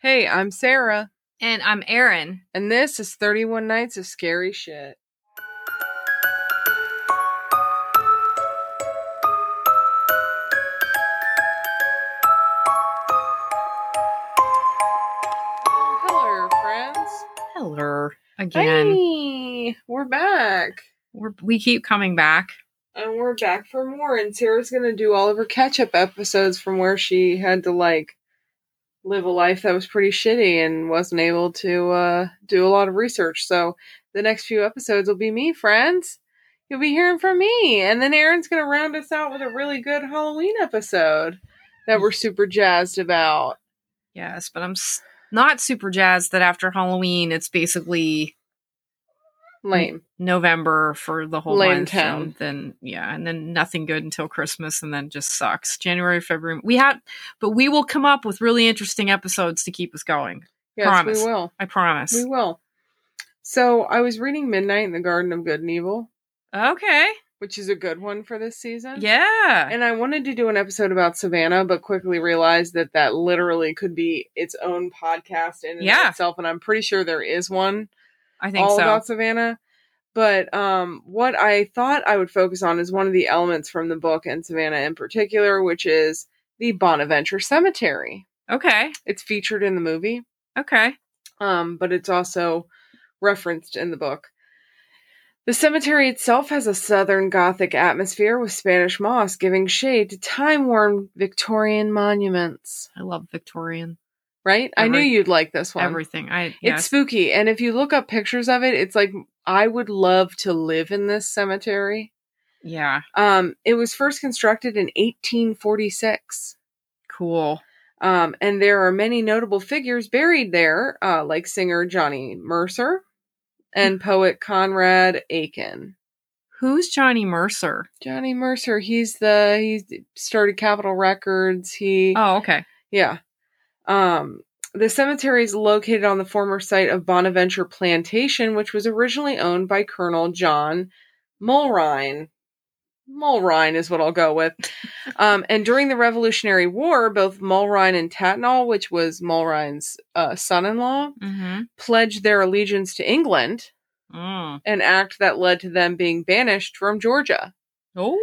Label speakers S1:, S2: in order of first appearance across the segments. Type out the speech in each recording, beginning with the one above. S1: Hey, I'm Sarah,
S2: And I'm Erin.
S1: and this is 31 Nights of Scary Shit. Hello, friends.
S2: Hello again.
S1: Hey, we're back.
S2: We're, we keep coming back.
S1: And we're back for more. And Sarah's going to do all of her catch up episodes from where she had to, like, live a life that was pretty shitty and wasn't able to uh, do a lot of research. So the next few episodes will be me, friends. You'll be hearing from me. And then Aaron's going to round us out with a really good Halloween episode that we're super jazzed about.
S2: Yes, but I'm s- not super jazzed that after Halloween it's basically
S1: Lame.
S2: November for the whole
S1: Lame
S2: month.
S1: town.
S2: And then yeah, and then nothing good until Christmas, and then just sucks. January, February. We had, but we will come up with really interesting episodes to keep us going.
S1: Yes,
S2: Promise.
S1: we will.
S2: I promise.
S1: We will. So I was reading Midnight in the Garden of Good and Evil,
S2: okay.
S1: which is a good one for this season.
S2: Yeah.
S1: And I wanted to do an episode about Savannah, but quickly realized that that literally could be its own podcast in and of
S2: Yeah.
S1: itself. And I'm pretty sure there is one
S2: I think
S1: all
S2: so.
S1: about Savannah. But um, what I thought I would focus on is one of the elements from the book and Savannah in particular, which is the Bonaventure Cemetery.
S2: okay.
S1: It's featured in the movie
S2: Okay.
S1: um, but it's also referenced in the book. The cemetery itself has a southern Gothic atmosphere with Spanish moss giving shade to time worn Victorian monuments.
S2: I love Victorian
S1: Right? I knew
S2: Every-
S1: you'd like this one.
S2: everything. I
S1: It's
S2: yes.
S1: spooky, and if you look up pictures of it, it's like I would love to live in this cemetery.
S2: yeah.
S1: Um, it was first constructed in 1846.
S2: Cool.
S1: Um, and there are many notable figures buried there, uh, like singer Johnny Mercer and poet Conrad Aiken.
S2: Who's Johnny Mercer?
S1: Johnny Mercer, he's the he started Capitol Records. He
S2: Oh, okay.
S1: yeah. Um, the cemetery is located on the former site of Bonaventure Plantation, which was originally owned by Colonel John Mulrine. Mulrine is what I'll go with. Um, and during the Revolutionary War, both Mulrine and Tatnall, which was Mulrine's uh, son in law,
S2: Mm-hmm.
S1: pledged their allegiance to England,
S2: Mm.
S1: an act that led to them being banished from Georgia.
S2: Oh,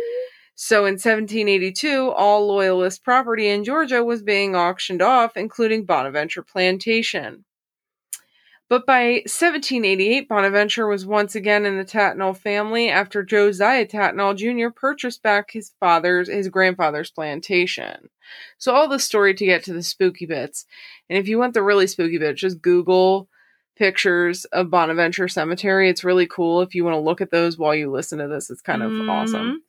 S1: So in 1782, all Loyalist property in Georgia was being auctioned off, including Bonaventure Plantation. But by 1788, Bonaventure was once again in the Tatnall family after Josiah Tatnall Jr. purchased back his father's, his grandfather's plantation. So all the story to get to the spooky bits. And if you want the really spooky bits, just Google pictures of Bonaventure Cemetery. It's really cool. If you want to look at those while you listen to this, it's kind
S2: Mm.
S1: of
S2: Mm-hmm.
S1: awesome.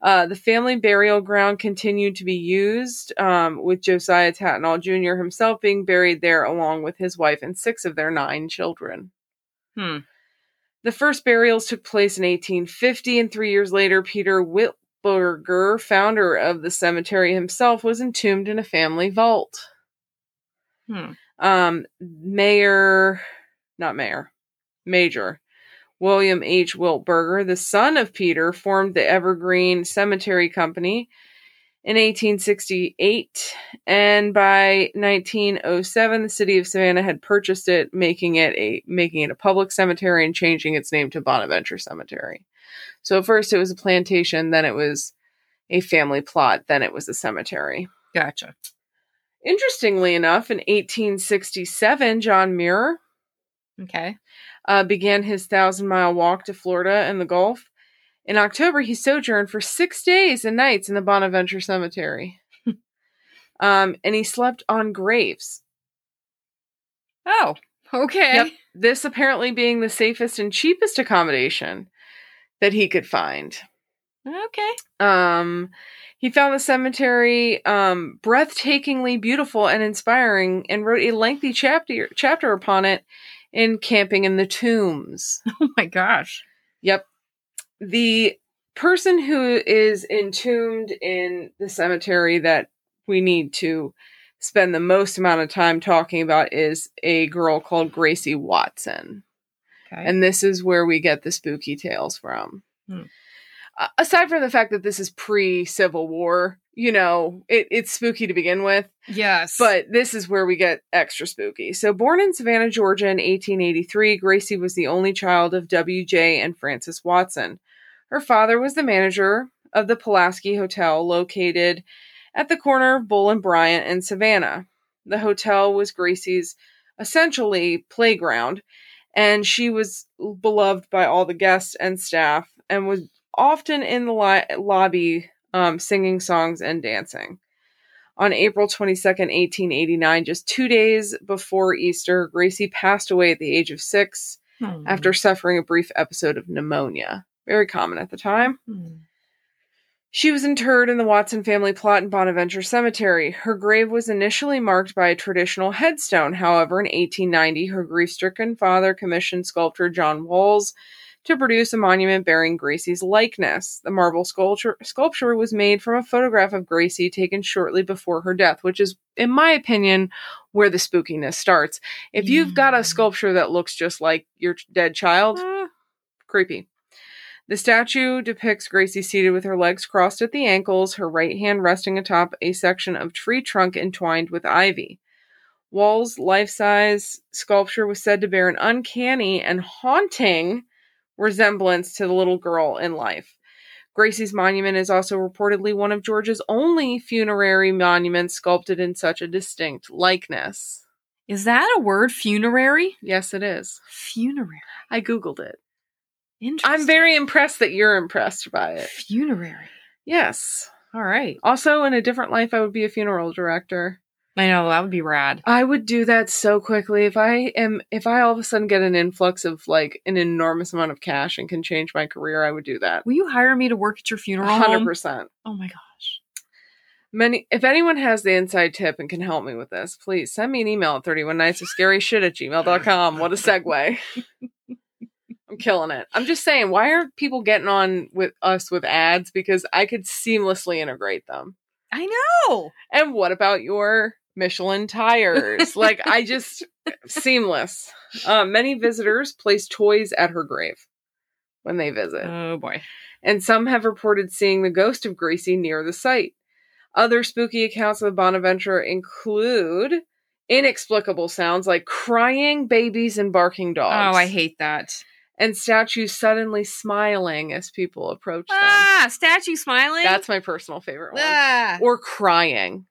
S1: Uh, the family burial ground continued to be used, um, with Josiah Tatnall Jr. himself being buried there along with his wife and six of their nine children.
S2: Hmm.
S1: The first burials took place in 1850, and three years later, Peter Whitburger, founder of the cemetery himself, was entombed in a family vault.
S2: Hmm.
S1: Um, Mayor, not Mayor, Major William H. Wiltberger, the son of Peter, formed the Evergreen Cemetery Company in 1868, and by 1907, the city of Savannah had purchased it, making it a making it a public cemetery and changing its name to Bonaventure Cemetery. So at first it was a plantation, then it was a family plot, then it was a cemetery.
S2: Gotcha.
S1: Interestingly enough, in 1867, John Muir
S2: Okay.
S1: uh, began his thousand mile walk to Florida and the Gulf. In October, he sojourned for six days and nights in the Bonaventure Cemetery. um, and he slept on graves.
S2: Oh, okay.
S1: Yep. This apparently being the safest and cheapest accommodation that he could find.
S2: Okay.
S1: Um, he found the cemetery um, breathtakingly beautiful and inspiring, and wrote a lengthy chapter chapter upon it in "Camping in the Tombs."
S2: Oh my gosh.
S1: yep, the person who is entombed in the cemetery that we need to spend the most amount of time talking about is a girl called Gracie Watson
S2: Okay.
S1: and this is where we get the spooky tales from.
S2: Hmm.
S1: uh, aside from the fact that this is pre Civil War, you know, it, it's spooky to begin with,
S2: Yes.
S1: but this is where we get extra spooky. So, born in Savannah, Georgia in 1883, Gracie was the only child of W.J. and Francis Watson. Her father was the manager of the Pulaski Hotel located at the corner of Bull and Bryant in Savannah. The hotel was Gracie's essentially playground, and she was beloved by all the guests and staff and was often in the li- lobby um, singing songs and dancing. On April 22nd, 1889, just two days before Easter, Gracie passed away at the age of six
S2: Hmm.
S1: after suffering a brief episode of pneumonia, very common at the time.
S2: Hmm.
S1: She was interred in the Watson family plot in Bonaventure Cemetery. Her grave was initially marked by a traditional headstone. However, in 1890, her grief stricken father commissioned sculptor John Walls to produce a monument bearing Gracie's likeness. The marble sculpture, sculpture was made from a photograph of Gracie taken shortly before her death, which is, in my opinion, where the spookiness starts. If you've got
S2: Mm.
S1: a sculpture that looks just like your dead child,
S2: Ah.
S1: creepy. The statue depicts Gracie seated with her legs crossed at the ankles, her right hand resting atop a section of tree trunk entwined with ivy. Wall's life size sculpture was said to bear an uncanny and haunting resemblance to the little girl in life. Gracie's monument is also reportedly one of Georgia's only funerary monuments sculpted in such a distinct likeness.
S2: Is that a word? Funerary?
S1: Yes, it is.
S2: Funerary.
S1: I Googled it.
S2: Interesting.
S1: I'm very impressed that you're impressed by it.
S2: funerary.
S1: Yes.
S2: All right.
S1: Also, in a different life, I would be a funeral director.
S2: I know that would be rad.
S1: I would do that so quickly if I am if I all of a sudden get an influx of like an enormous amount of cash and can change my career. I would do that.
S2: Will you hire me to work at your funeral
S1: Hundred
S2: home?
S1: percent.
S2: Oh my gosh.
S1: Many. If anyone has the inside tip and can help me with this, please send me an email at thirty one nights of scary shit at gmail.com. What a segue! I'm killing it. I'm just saying, why aren't people getting on with us with ads? Because I could seamlessly integrate them.
S2: I know.
S1: And what about your Michelin tires? like I just seamless. Uh, many visitors place toys at her grave when they visit,
S2: Oh boy.
S1: and some have reported seeing the ghost of Gracie near the site. Other spooky accounts of the Bonaventure include inexplicable sounds like crying babies and barking dogs.
S2: Oh, I hate that.
S1: and statues suddenly smiling as people approach them.
S2: Ah, statue smiling.
S1: That's my personal favorite one.
S2: ah.
S1: Or crying.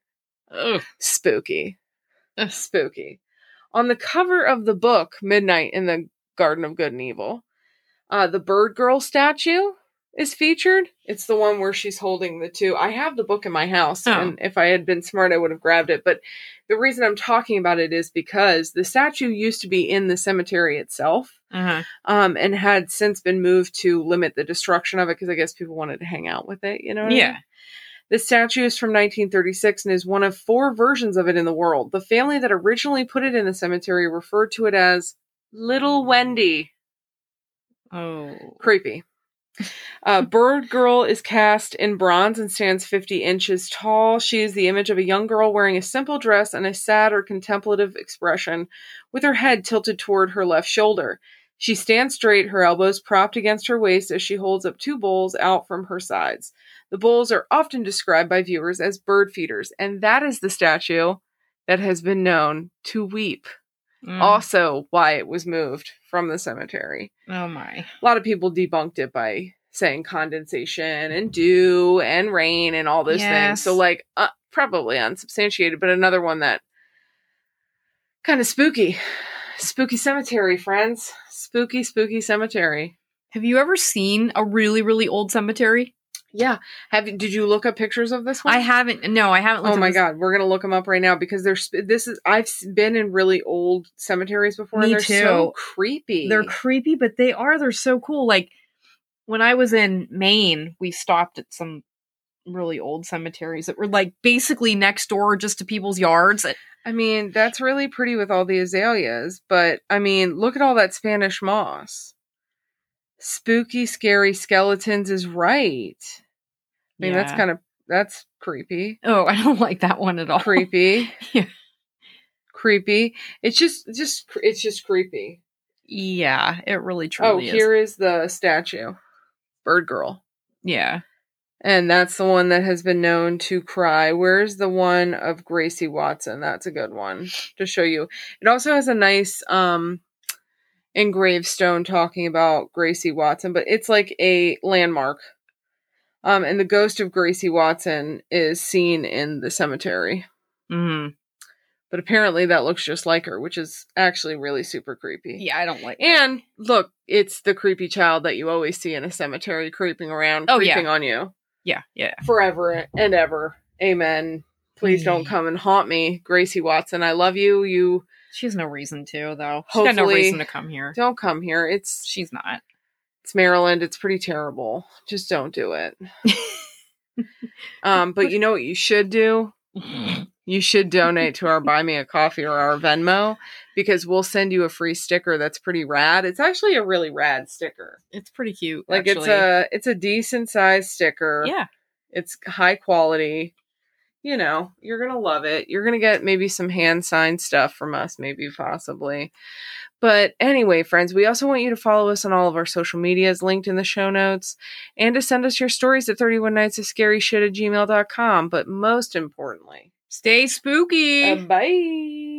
S2: Ugh.
S1: spooky.
S2: Ugh.
S1: spooky. On the cover of the book, Midnight in the Garden of Good and Evil, uh, the Bird Girl statue is featured. It's the one where she's holding the two. I have the book in my house,
S2: Oh.
S1: and if I had been smart, I would have grabbed it. But the reason I'm talking about it is because the statue used to be in the cemetery itself
S2: Uh-huh.
S1: um, and had since been moved to limit the destruction of it because I guess people wanted to hang out with it, you know? what I mean?
S2: Yeah.
S1: The statue is from 1936 and is one of four versions of it in the world. The family that originally put it in the cemetery referred to it as Little Wendy.
S2: Oh.
S1: Creepy. Uh, Bird Girl is cast in bronze and stands 50 inches tall. She is the image of a young girl wearing a simple dress and a sad or contemplative expression, with her head tilted toward her left shoulder. She stands straight, her elbows propped against her waist as she holds up two bowls out from her sides. The bowls are often described by viewers as bird feeders, and that is the statue that has been known to weep.
S2: Mm.
S1: Also, why it was moved from the cemetery
S2: Oh my.
S1: a lot of people debunked it by saying condensation and dew and rain and all those things.
S2: Yes.
S1: So like uh, probably unsubstantiated, but another one that kind of spooky. Spooky cemetery, friends. Spooky, spooky cemetery.
S2: Have you ever seen a really, really old cemetery?
S1: Yeah. Have you, did you look up pictures of this one?
S2: I haven't. No, I haven't. Looked
S1: Oh
S2: at
S1: my
S2: this-
S1: god, we're gonna look them up right now because there's this is I've s- been in really old cemeteries before. and
S2: Me
S1: they're so
S2: too.
S1: creepy.
S2: They're creepy, but they are. They're so cool. Like when I was in Maine, we stopped at some really old cemeteries that were like basically next door just to people's yards.
S1: I mean, that's really pretty with all the azaleas, but I mean, look at all that Spanish moss. Spooky, scary skeletons is right. I mean, that's
S2: Yeah.
S1: kind of that's creepy.
S2: Oh, I don't like that one at all.
S1: Creepy.
S2: Yeah.
S1: Creepy. It's just just cre- it's just creepy.
S2: Yeah, it really
S1: Oh,
S2: truly is.
S1: here is the statue. Bird girl.
S2: Yeah.
S1: And that's the one that has been known to cry. Where's the one of Gracie Watson? That's a good one to show you. It also has a nice um engraved stone talking about Gracie Watson, but it's like a landmark. Um, and the ghost of Gracie Watson is seen in the cemetery.
S2: Mm.
S1: But apparently that looks just like her, which is actually really super creepy.
S2: Yeah, I don't like.
S1: And look, it's the creepy child that you always see in a cemetery creeping around,
S2: Oh, yeah.
S1: creeping on you
S2: yeah, yeah.
S1: forever and ever. Amen. Please don't come and haunt me, Gracie Watson. I love you. You
S2: She has no reason to though. She's got no
S1: Hopefully-
S2: reason to come here.
S1: don't come here. It's
S2: She's not.
S1: it's Maryland. It's pretty terrible. Just don't do it. um, but you know what you should do? You should donate to our Buy Me a Coffee or our Venmo because we'll send you a free sticker that's pretty rad. It's actually a really rad sticker.
S2: It's pretty cute.
S1: Like it's
S2: actually.
S1: a it's a decent sized sticker.
S2: yeah.
S1: It's high quality. You know, you're going to love it. You're going to get maybe some hand signed stuff from us, maybe possibly. But anyway, friends, we also want you to follow us on all of our social medias linked in the show notes and to send us your stories at 31 nights of scary shit at gmail.com. But most importantly,
S2: Stay spooky.
S1: bye.